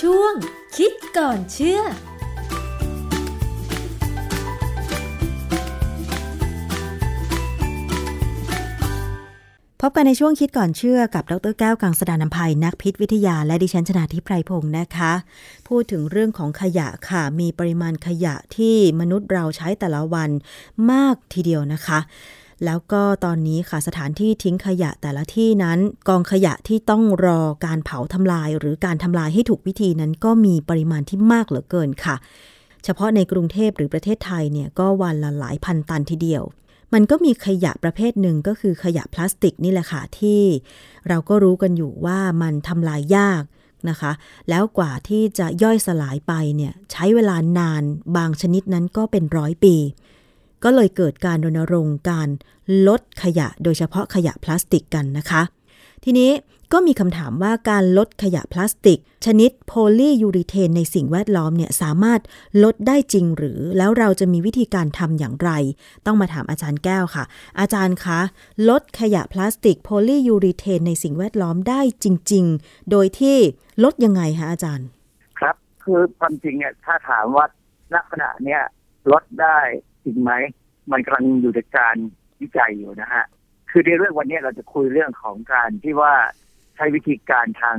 ช่วง คิดก่อนเชื่อ พบกันในช่วงคิดก่อนเชื่อกับดรแก้วกังสดานนภัยนักพิษวิทยาและดิฉันชนาทิพไพรพงศ์นะคะ พูดถึงเรื่องของขยะค่ะ มีปริมาณขยะที่มนุษย์เราใช้แต่ละวันมากทีเดียวนะคะ แล้วก็ตอนนี้ค่ะสถานที่ทิ้งขยะแต่ละที่นั้น กองขยะที่ต้องรอการเผาทำลาย หรือการทำลายให้ถูกวิธีนั้นก็มีปริมาณที่มากเหลือเกินค่ะ เฉพาะในกรุงเทพหรือประเทศไทยเนี่ยก็วันละหลายพันตันทีเดียว มันก็มีขยะประเภทหนึ่งก็คือขยะพลาสติกนี่แหละค่ะที่ เราก็รู้กันอยู่ว่ามันทำลายยากนะคะ แล้วกว่าที่จะย่อยสลายไปเนี่ยใช้เวลานานบางชนิดนั้นก็เป็นร้อยปี ก็เลยเกิดการรณรงค์การลดขยะโดยเฉพาะขยะพลาสติกกันนะคะ ทีนี้ก็มีคำถามว่าการลดขยะพลาสติก ชนิดโพลียูริเทนในสิ่งแวดล้อมเนี่ยสามารถลดได้จริงหรือ แล้วเราจะมีวิธีการทำอย่างไร ต้องมาถามอาจารย์แก้วค่ะ อาจารย์คะลดขยะพลาสติกโพลียูริเทนในสิ่งแวดล้อมได้จริง ๆ โดยที่ลดยังไงคะอาจารย์ ครับ คือความจริงเนี่ยถ้าถามว่าณขณะเนี้ยลดได้จริงไหม มันกำลังอยู่ในการวิจัยอยู่นะฮะ คือในเรื่องวันเนี้ยเราจะคุยเรื่องของการที่ว่าใช้วิธีการทาง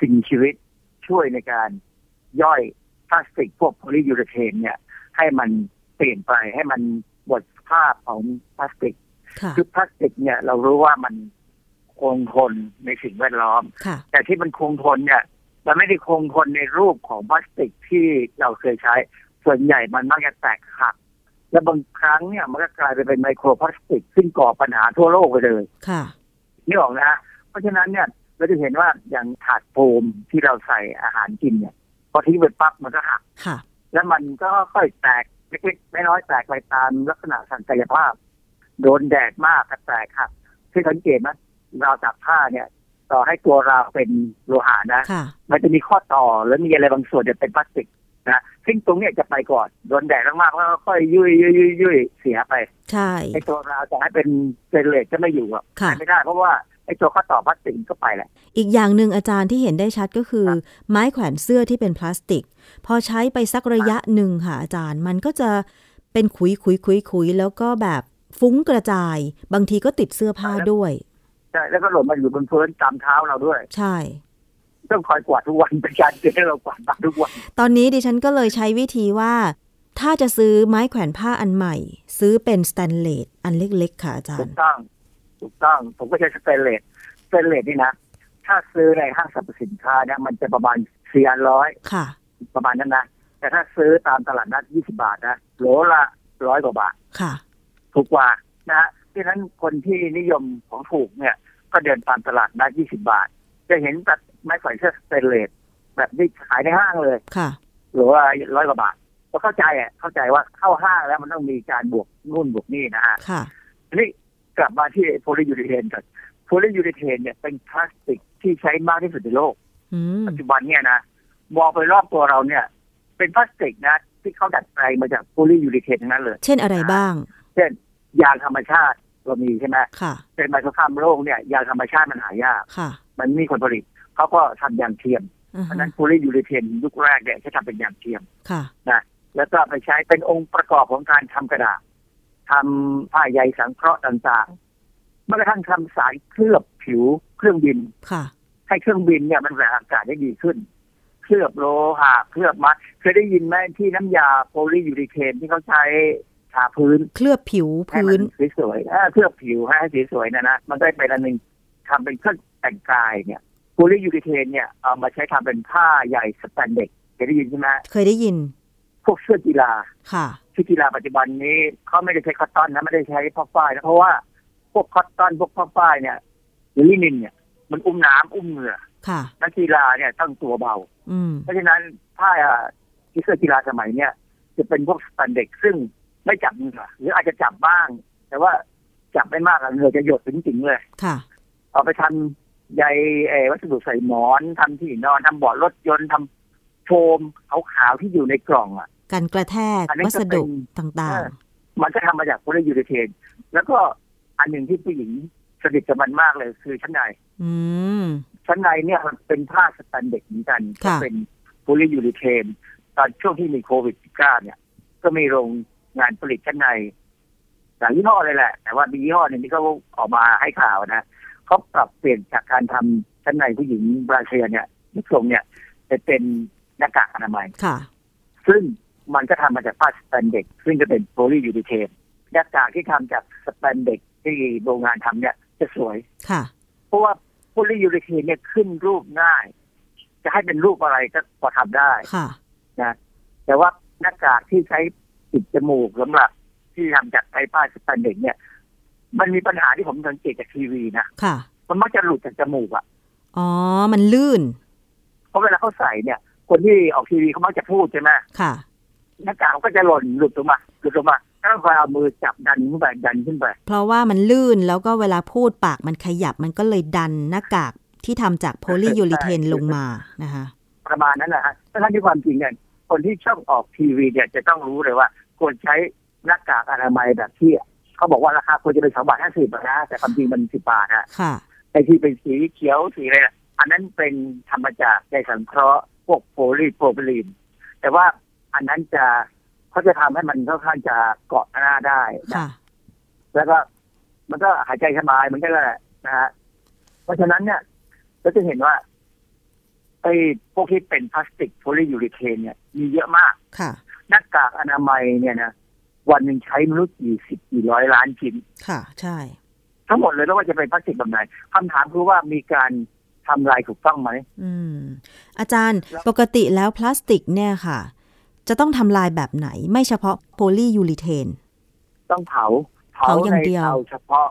สิ่งชีวิตช่วยในการย่อยพลาสติกพวกโพลียูเรเทนเนี่ย ให้มันเปลี่ยนไปให้มันบดภาพของพลาสติก ค่ะ คือพลาสติกเนี่ยเรารู้ว่ามันคงทนในสิ่งแวดล้อม ค่ะ แต่ที่มันคงทนเนี่ย มันไม่ได้คงทนในรูปของพลาสติกที่เราเคยใช้ ส่วนใหญ่มันมักจะแตกหัก และบางครั้งเนี่ยมันก็กลายไปเป็นไมโครพลาสติก ซึ่งก่อปัญหาทั่วโลกไปเลย ค่ะ นี่ออกนะฮะเพราะฉะนั้นเนี่ยเราจะเห็นว่าอย่างถาดโฟมที่เราใส่อาหารกินเนี่ย พอทิ้งไปปั๊บมันก็หัก ค่ะ แล้วมันก็ค่อยแตกเล็กๆน้อยๆแตกไปตามลักษณะทางกายภาพ โดนแดดมากก็แตกหักที่สังเกตไหมราวตากผ้าเนี่ย ต่อให้ตัวราวเป็นโลหะนะ ค่ะ มันจะมีข้อต่อแล้วมีอะไรบางส่วนจะเป็นพลาสติกนะซึ่งตรงเนี้ยจะไปก่อนโดนแดดมากๆแล้วก็ค่อยยุ่ยยุ่ยยุ่ยยุ่ยเสียไป ใช่ ไอ้ตัวราวจะให้เป็นเซเลตจะไม่อยู่อะ ค่ะ ไม่ได้เพราะว่าไอ้ตัวข้อต่อพลาสติกก็ไปแหละ อีกอย่างหนึ่งอาจารย์ที่เห็นได้ชัดก็คือ ครับ ไม้แขวนเสื้อที่เป็นพลาสติก พอใช้ไปสักระยะหนึ่งค่ะอาจารย์ มันก็จะเป็นขุยขุยขุยขุยแล้วก็แบบฟุ้งกระจาย บางทีก็ติดเสื้อผ้า ครับ ด้วย ใช่แล้วก็หล่นมาอยู่บนพื้นตามเท้าเราด้วย ใช่ ต้องคอยกวาดทุกวันเป็นการเตือนให้เรากวาดบ้านทุกวัน ตอนนี้ดิฉันก็เลยใช้วิธีว่า ถ้าจะซื้อไม้แขวนผ้าอันใหม่ ซื้อเป็นสแตนเลสอันเล็กๆ ค่ะอาจา ถู ร ก ย์ ต้อง ถูกต้อง ผมก็ใช้สเตนเลสสเตนเลสนี่นะ ถ้าซื้อในห้างสรรพสินค้าเนี่ยมันจะประมาณสี่ร้อย ค่ะ ประมาณนั้นนะ แต่ถ้าซื้อตามตลาดนัดยี่สิบาทนะ โหลละร้อยกว่าบาท ค่ะ ถูกกว่านะฮะดังนั้นคนที่นิยมของถูกเนี่ย ก็เดินตามตลาดนัดยี่สิบาท จะเห็นแบบไม้แขวนเสื้อสเตนเลสแบบที่ขายในห้างเลย ค่ะ หรือว่าร้อยกว่าบาทก็เข้าใจอ่ะ เข้าใจว่าเข้าห้างแล้วมันต้องมีการบวกนู่นบวกนี่นะฮะ ค่ะ ทีนี่กลับมาที่โพลียูริเทนก่อนโพลียูริเทนเนี่ยเป็นพลาสติกที่ใช้มากที่สุดในโลก อืม ปัจจุบันเนี่ยนะมองไปรอบตัวเราเนี่ย เป็นพลาสติกนะ ที่เขาดัดแปลงมาจากโพลียูริเทนทั้งนั้นเลย เช่นอะไรบ้าง เช่น ยางธรรมชาติเรามีใช่ไหม ค่ะ เป็นไมโครคามโลกเนี่ยยางธรรมชาติมันหายาก ค่ะ มันไม่มีคนผลิตเขาก็ทำยางเทียม อ่า เพราะฉะ ฮะ นั้นโพลียูริเทนยุคแรกเนี่ยจะทำเป็นยางเทียม ค่ะ แล้วก็ไปใช้เป็นองค์ประกอบของการทำกระดาษทำผ้าใยสังเคราะห์ต่างๆแม้กระทั่งทำสารเคลือบผิวเครื่องบิน ค่ะ ให้เครื่องบินเนี่ยมันแหวกอากาศได้ดีขึ้น เคลือบโลหะเคลือบมัดเคยได้ยินไหมที่น้ำยาโพลียูริเคนที่เขาใช้ทาพื้น เคลือบผิว ให้ พื้ มัน นสวยๆอ่าเคลือบผิวให้สีสวยนะนะมันได้เป็นอันหนึ่งทำเป็นเครื่องแต่งกายเนี่ยโพลียูริเคนเนี่ยเอามาใช้ทำเป็นผ้าใยสแตนเด็กเคยได้ยินใช่ไหม เคยได้ยิน พวกเสื้อกีฬา ค่ะ ที่กีฬาปัจจุบันนี้เขาไม่ได้ใช้คอตตอนนะไม่ได้ใช้ผ้าฝ้ายนะเพราะว่าพวกคอตตอนพวกผ้าฝ้ายเนี่ยหรือลินินเนี่ย มันอุ้มน้ำอุ้มเหงื่อ ค่ะ นักกีฬาเนี่ยต้องตัวเบา อืม เพราะฉะนั้นผ้าที่เสื้อกีฬาสมัยเนี่ยจะเป็นพวกสแตนเด็กซึ่งไม่จับเหงื่อหรืออาจจะจับบ้าง แต่ว่าจับไม่มากอะเหงื่อจะหยดถึงจริงๆเลย ค่ะ เอาไปทำใยเอ่อวัสดุใส่หมอนทำที่นอนทำเบาะรถยนต์ทำโฟมขาวๆที่อยู่ในกล่องอะ การกระแทก อันนี้ วั ก็ ส เป็น ดุต่าง เออ มันก็ทำมาจากโพลียูริเทน แล้วก็อันหนึ่งที่ผู้หญิงสนิทกับมันมากเลยคือชั้นใน ๆ อืม ชั้นในเนี่ยมันเป็นผ้าสแตนเด็กเหมือนกันก็ ค่ะ เป็น โพลียูริเทนตอนช่วงที่มีโควิด -19 เนี่ย ก็มีโรงงานผลิตชั้นในหลายยี่ห้อเลยแหละ แต่ว่ามียี่ห้อหนึ่งที่เขาออกมาให้ข่าวนะเขาปรับเปลี่ยนจากการทำชั้นในผู้หญิงบราเซียเนี่ยนิสงเนี่ยไปเป็นหน้ากากอนามัย ค่ะ ซึ่งมันก็ทำมาจากผ้าสแปนเด็กซ์ซึ่งจะเป็นโพลียูริเทนหน้ากากที่ทำจากสแปนเด็กซ์ที่โรงงานทำเนี่ยจะสวย ค่ะ เพราะว่าโพลียูริเทนเนี่ยขึ้นรูปง่าย จะให้เป็นรูปอะไรก็พอทำได้ ค่ะ นะแต่ว่าหน้ากากที่ใช้ปิดจมูกสำหรับที่ทำจากไฟฟ้าสแตนเด็กเนี่ย มันมีปัญหาที่ผมสังเกตจากทีวีนะ ค่ะ มันมักจะหลุดจากจมูกอะ่ะ อ๋อ มันลื่น เพราะเวลาเขาใส่เนี่ย คนที่ออกทีวีเขามักจะพูดใช่ไหม ค่ะ หน้ากากมันก็จะหล่นหลุดลงมาหลุดลงมาแล้วก็เอามือจับดันขึ้นไปดันขึ้นไป เพราะว่ามันลื่นแล้วก็เวลาพูดปากมันขยับมันก็เลยดันหน้ากากที่ทำจากโพลียูริเทนลงมานะคะ ประมาณนั้นแหละฮะแต่ทั้งที่ความจริงเนี่ยคนที่ชอบออกทีวีเนี่ยจะต้องรู้เลยว่า ควรใช้หน้ากากอนามัยแบบที่เขาบอกว่าราคาควรจะเป็นสองบาทห้าสิบนะแต่ความจริงมันสิบบาทอะ ค่ะ ไอ้ที่เป็นสีเขียวสีอะไรน่ะอันนั้นเป็นธรรมจากในสังเคราะห์พวกโพลีโพรพิลีน แต่ว่าอันนั้นจะเขาจะทำให้มันค่อนข้างจะเกาะหน้าได้นะ ค่ะ แล้วก็มันก็หายใจสบายเหมันก็แหละนะฮะเพราะฉะนั้นเนี่ยก็จะเห็นว่าไอ้พวกที่เป็นพลาสติกโพลียูริเทนเนี่ยมีเยอะมาก ค่ะ หน้ากากอนามัยเนี่ยนะวันหนึ่งใช้ไม่รู้กี่สิบกี่ร้อยล้านชิ้น ค่ะ ใช่ ทั้งหมดเลยแล้วว่าจะเป็นพลาสติกแบบไหนคำถามคือว่ามีการทำลายถูกต้องไหม อืม อาจารย์ แล้ว ปกติแล้วพลาสติกเนี่ยค่ะ จะต้องทำลายแบบไหน ไม่เฉพาะโพลียูริเทน ต้องเผา เผาอย่า ใน งเดียว เตาเฉพาะ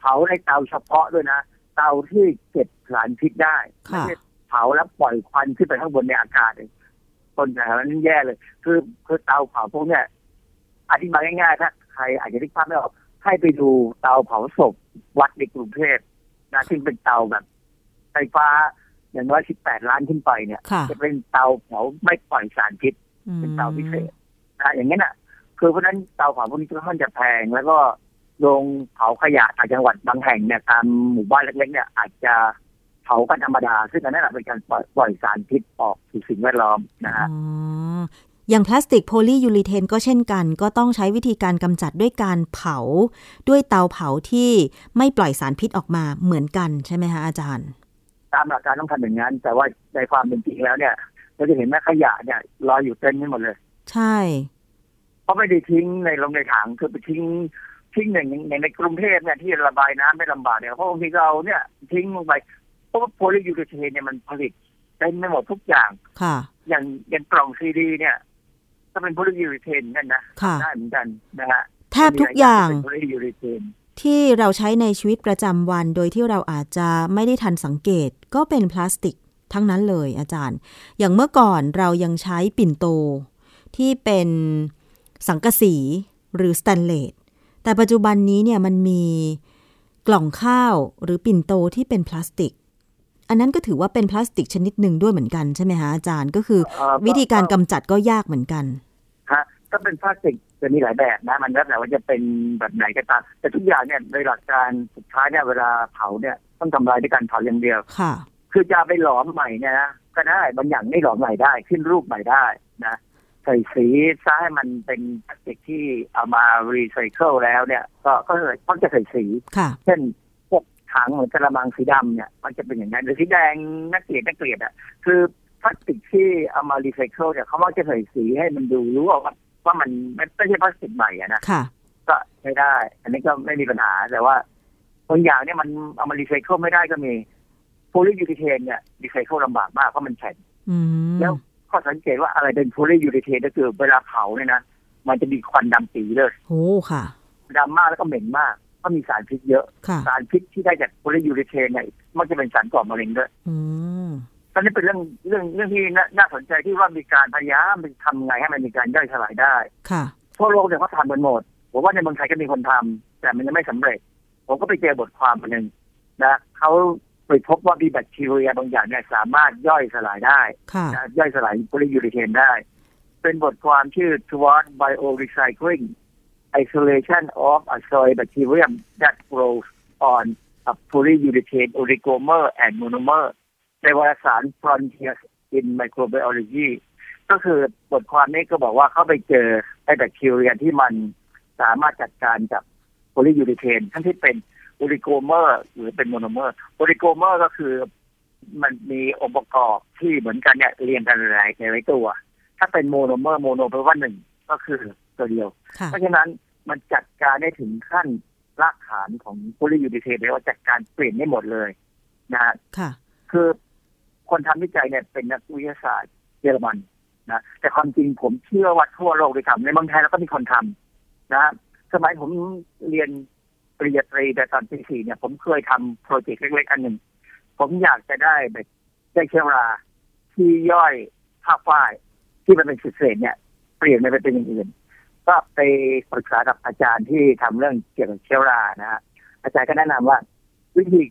เผาในเตาเฉพาะด้วยนะ เตาที่เก็บสารพิษได้ไม่ ค่ะ ใช่เผาแล้วปล่อยควันขึ้นไปข้างบนในอากาศเลยคนแถวนั้นแย่เลย คือคือเตาเผาพวกเนี้ยอธิบายง่ายๆถ้าใครอาจจะนึกภาพไม่ออกให้ไปดูเตาเผาศพวัดในกรุงเทพนะซึ่งเป็นเตาแบบไฟฟ้าอย่างน้อยสิบแปดล้านขึ้นไปเนี่ย ค่ะ จะเป็นเตาเผาไม่ปล่อยสารพิษ อืม เป็นเตาพิเศษนะอย่างนี้นน่ะ คือเพราะฉะนั้นเตาเผาพวกนี้ค่อนข้างจะแพง แล้วก็โรงเผาขยะต่างจังหวัดบางแห่งเนี่ยตามหมู่บ้านเล็กๆเนี่ยอาจจะเผากันธรรมดา ซึ่งอันนั้นนะเป็นการปล่อยปล่อยสารพิษออกสู่สิ่งแวดล้อมนะฮะ อ๋อ อย่างพลาสติกโพลียูริเทนก็เช่นกัน ก็ต้องใช้วิธีการกำจัดด้วยการเผา ด้วยเตาเผาที่ไม่ปล่อยสารพิษออกมาเหมือนกันใช่ไหมคะอาจารย์ ตามหลักการต้องทำอย่างนั้น แต่ว่าในความเป็นจริงแล้วเนี่ยเราจะเห็นแม่ขยะเนี่ยลอยอยู่เต็มไปหมดเลย ใช่ เพราะไม่ได้ทิ้งในลงในถังคือไปทิ้งทิ้งอย่างในในกรุงเทพเนี่ยที่ระบายน้ำไม่ลำบากเนี่ยเพราะบางทีเราเนี่ยทิ้งลงไปเพราะว่าโพลียูริเทนเนี่ยมันผลิตเต็มไปหมดทุกอย่าง ค่ะ อย่างอย่างกล่องซีดีเนี่ยก็เป็นโพลียูริเทนกันนะ ค่ะ ได้เหมือนกันนะฮะ แทบทุกอย่าง มีหลเป็นโพลียูริเทน ที่เราใช้ในชีวิตประจำวันโดยที่เราอาจจะไม่ได้ทันสังเกตก็เป็นพลาสติกทั้งนั้นเลยอาจารย์ อย่างเมื่อก่อนเรายังใช้ปิ่นโต ที่เป็นสังกะสีหรือสแตนเลสแต่ปัจจุบันนี้เนี่ยมันมีกล่องข้าวหรือปิ่นโตที่เป็นพลาสติก อันนั้นก็ถือว่าเป็นพลาสติกชนิดหนึ่งด้วยเหมือนกันใช่ไหมฮะอาจารย์ก็คือ เอ่อ วิธีการกำจัดก็ยากเหมือนกัน ฮะก็เป็นพลาสติกจะมีหลายแบบนะ มันแล้วแต่ว่าจะเป็นแบบไหนก็ตามแต่ทุกอย่างเนี่ยโดยหลักการสุดท้ายเนี่ยเวลาเผาเนี่ยต้องทำลายด้วยการเผาอย่างเดียว ค่ะ คือจะเอาไปหลอมใหม่เนี่ยนะก็ได้บางอย่างไม่หลอมใหม่ได้ขึ้นรูปใหม่ได้นะใส่สีซะให้มันเป็นพลาสติกที่เอามารีไซเคิลแล้วเนี่ย ก็ก็เลยต้องจะใส่สี ค่ะ เช่นพวกถังเหมือนกระมังสีดำเนี่ย มันจะเป็นอย่างนั้นหรือสีแดงน่าเกลียดน่าเกลียดอ่ะคือพลาสติกที่เอามารีไซเคิลเนี่ยเขามักจะใส่สีให้มันดูรู้ว่าว่ามันไม่ใช่พลาสติกใหม่อะนะ ค่ะ ก็ใช้ได้ อันนี้ก็ไม่มีปัญหาแต่ว่าบางอย่างเนี่ยมันเอามารีไซเคิลไม่ได้ก็มีโพลียูริเทนเนี่ยรีไซเคิลลำบากมากเพราะมันแข็ง อืม แล้วข้อสังเกตว่าอะไรเป็นโพลียูริเทนก็คือเวลาเผาเนี่ยนะมันจะมีควันดำปีเลย โห ค่ะ ดำมากแล้วก็เหม็นมากเพราะมีสารพิษเยอะ ค่ะ สารพิษที่ได้จากโพลียูริเทนเนี่ยมันจะเป็นสารก่อมะเร็งด้วย อืม ตอนนี้เป็นเรื่องเรื่องเรื่องที่น่าน่าสนใจที่ว่ามีการพยายามทำไงให้มันมีการย่อยสลายได้ ค่ะ ทั่วโลกเนี่ยเขาทำกันหมดผมว่าในเมืองไทยก็มีคนทำแต่มันยังไม่สำเร็จ ผมก็ไปเจอบทความอันหนึ่งนะเขาไปพบว่ามีแบคทีเรียบางอย่างเนี่ยสามารถย่อยสลายได้ ค่ะ นะย่อยสลายโพลียูริเทนได้ เป็นบทความชื่อ Toward Biorecycling Isolation of a Soil Bacterium that grows on of polyurethane oligomer and monomer ในวารสาร Frontiers in Microbiology ก็คือบทความนี้ก็บอกว่าเขาไปเจอไอแบคทีเรียที่มันสามารถจัดการกับโพลิยูริเทนทั้งที่เป็นโอลิโกเมอร์ หรือเป็นโมโนเมอร์โอลิโกเมอร์ก็คือมันมีองค์ประกอบที่เหมือนกันเนี่ยเรียงกันหลายหลายตัว ถ้าเป็นโมโนเมอร์โมโนแปลว่าหนึ่งก็คือตัวเดียว ค่ะ เพราะฉะนั้นมันจัดการได้ถึงขั้นรากฐานของโพลิยูริเทนเลยว่าจัดการเปลี่ยนได้หมดเลยนะฮะ ค่ะ คือคนทำวิจัยเนี่ยเป็นนักวิทยาศาสตร์เยอรมันนะแต่ความจริงผมเชื่อว่าทั่วโลกเลยทำในเมืองไทยเราก็มีคนทำนะสมัยผมเรียนปริญญาตรีแต่ตอนปีสี่เนี่ย ผมเคยทำโปรเจกต์เล็กๆอันหนึ่ง ผมอยากจะได้แบบได้เชื้อราที่ย่อยผ้าฝ้ายที่มันเป็นเศษๆเนี่ย เปลี่ยนไปเป็นอย่างอื่นก็ไปปรึกษากับอาจารย์ที่ทำเรื่องเกี่ยวกับเชื้อรานะฮะอาจารย์ก็แนะนำว่า วิธี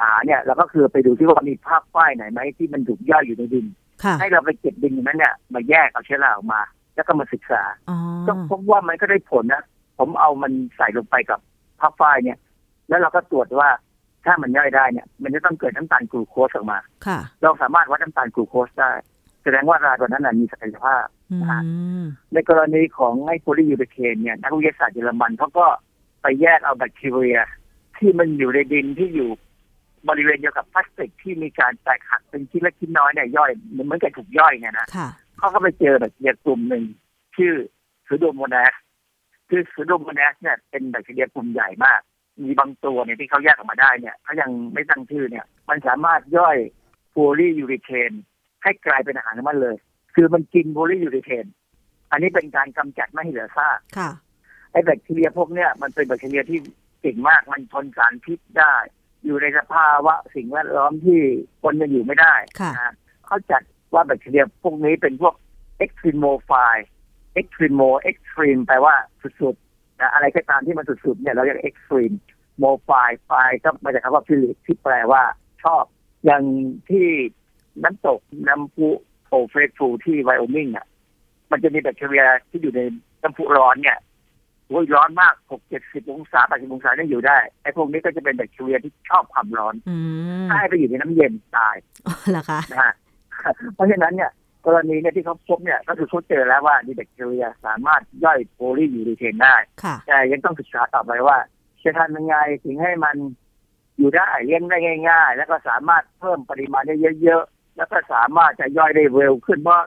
หาเนี่ยเราก็คือไปดูที่ว่ามีภาพป้ายไหนไหมที่มันถูกย่อยอยู่ในดิน ค่ะ ให้เราไปเก็บดินอย่างนั้นเนี่ยมาแยกเอาเชื้อราออกมา แล้วก็มาศึกษา อ๋อ ก็พบว่ามันก็ได้ผลนะ ผมเอามันใส่ลงไปกับผ้าฝ้ายเนี่ย แล้วเราก็ตรวจว่าถ้ามันย่อยได้เนี่ย มันจะต้องเกิดน้ำตาลกลูโคสออกมา ค่ะ เราสามารถวัดน้ำตาลกลูโคสได้ แสดงว่าราตัวนั้นนะมีศักยภาพ อืม ในกรณีของไอ้โพลียูริเคนเนี่ยนักวิทยาศาสตร์เยอรมันเขาก็ไปแยกเอาแบคทีเรีย ที่มันอยู่ในดินที่อยู่บริเวณเดียวกับพลาสติกที่มีการแตกหักเป็นชิ้นเล็กชิ้นน้อยเนี่ยย่อยเหมือนเหมือนกับถูกย่อยไงนะ ค่ะ เขาก็ไปเจอแบคทีเรียกลุ่มหนึ่งชื่อซูโดโมนาสคือซูโดโมนาสเนี่ยเป็นแบคทีเรียกลุ่มใหญ่มาก มีบางตัวเนี่ยที่เขาแยกออกมาได้เนี่ยเขายังไม่ตั้งชื่อเนี่ย มันสามารถย่อยโพลียูริเคนให้กลายเป็นอาหารของมันเลย คือมันกินโพลียูริเคน อันนี้เป็นการกำจัดไม่ให้เหลือซาก ค่ะ ไอ้แบคทีเรียพวกเนี้ยมันเป็นแบคทีเรียที่เก่งมากมันทนสารพิษได้ อยู่ในสภาวะสิ่งแวดล้อมที่คนยังอยู่ไม่ได้ ค่ะ นฮเขาจัดว่าแบคทีเรียพวกนี้เป็นพวกเอ็กซ์ตรีโมไฟเอ็กซ์ตรีโมเอ็กซ์ตรีมแปลว่าสุดๆนะอะไรก็ตามที่มันสุดๆเนี่ยเราเรียกเอ็กซ์ตรีมโมไฟไฟก็มาจากคำว่าฟิลิปที่แปลว่าชอบ อย่างที่น้ำตกน้ำพุโอเฟรฟูที่ไวโอมิงอ่ะ มันจะมีแบคทีเรียที่อยู่ในน้ำพุร้อนเนี่ยโอ้ยร้อนมากหกเจ็ดสิบองศาแปดสิบองศาเนี่ยอยู่ได้ ไอ้พวกนี้ก็จะเป็นแบคทีเรียที่ชอบความร้อน อืม ถ้าให้ไปอยู่ในน้ำเย็นตาย อ๋อเหรอคะ นะฮะ เพราะฉะนั้นเนี่ย กรณีเนี่ยที่เขาพบเนี่ย ก็คือเขาเจอแล้วว่ามีแบคทีเรียสามารถย่อยโพลียูรีเทนได้ ค่ะ แต่ยังต้องศึกษาต่อไปว่า จะทำยังไงถึงให้มันอยู่ได้เลี้ยงได้ง่าย ๆ แล้วก็สามารถเพิ่มปริมาณได้เยอะๆ แล้วก็สามารถจะย่อยได้เร็วขึ้นเพราะ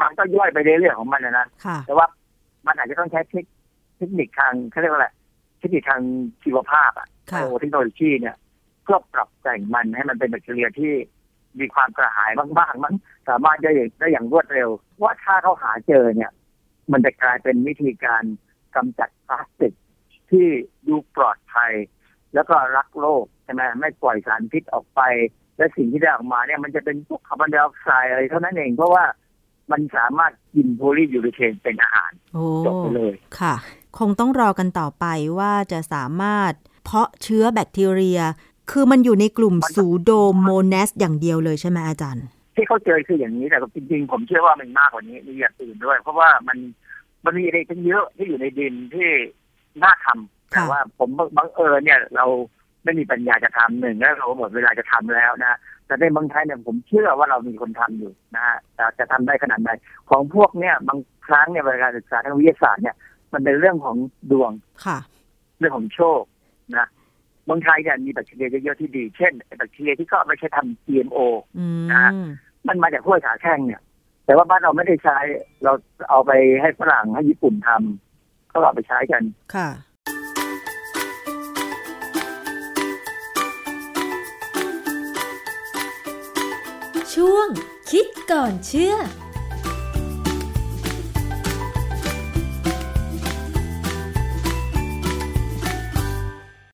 มันก็ย่อยไปเรื่อยๆของมันนะนะ ค่ะ แต่ว่ามันอาจจะต้องใช้เทคเทคนิคทางเขาเรียกว่าอะไรเทคนิคทางชีวภาพอะ ค่ะ ไบเทคโนโลยีเนี่ยเพื่อปรับแต่งมันให้มันเป็นแบคทีเรียที่มีความกระหายมากๆมันสามารถย่อยได้อย่างรวดเร็ว ว่าถ้าเขาหาเจอเนี่ย มันจะกลายเป็นวิธีการ กำจัดพลาสติกที่ดูปลอดภัย แล้วก็รักโลกใช่ไหมไม่ปล่อยสารพิษออกไป และสิ่งที่ได้ออกมาเนี่ยมันจะเป็นพวกคาร์บอนไดออกไซด์อะไรเท่านั้นเอง เพราะว่ามันสามารถกินโพลียูริเทนเป็นอาหาร โอ้ จบไปเลย ค่ะ คงต้องรอกันต่อไปว่าจะสามารถเพาะเชื้อแบคทีเรีย คือมันอยู่ในกลุ่มซูโดโมนัสอย่างเดียวเลยใช่ไหมอาจารย์ ที่เขาเจอคืออย่างนี้แต่จริงๆ ผมเชื่อว่ามันมากกว่านี้มีอย่างอื่นด้วย เพราะว่ามันมันมีอะไรทั้งเยอะที่อยู่ในดินที่น่าทำแต่ ค่ะ ว่าผมบังเอิญเนี่ย เราไม่มีปัญญาจะทำหนึ่งแล้วเราก็หมดเวลาจะทำแล้วนะ แต่ในเมืองไทยเนี่ยผมเชื่อว่าเรามีคนทำอยู่นะฮะแต่จะทำได้ขนาดไหนของพวกเนี่ยบางครั้งเนี่ยเวลาการศึกษาทางวิทยาศาสตร์เนี่ยมันเป็นเรื่องของดวง ค่ะ เรื่องของโชคนะเมืองไทยเนี่ยมีแบคทีเรียเยอะๆที่ดี เช่นแบคทีเรียที่ก็เอาไม่ใช่ทำ GMO อืม มันมาจากห้วยขาแข้งเนี่ย แต่ว่าบ้านเราไม่ได้ใช้เราเอาไปให้ฝรั่งให้ญี่ปุ่นทำเขาเอาไปใช้กัน ค่ะ ช่วงคิดก่อนเชื่อ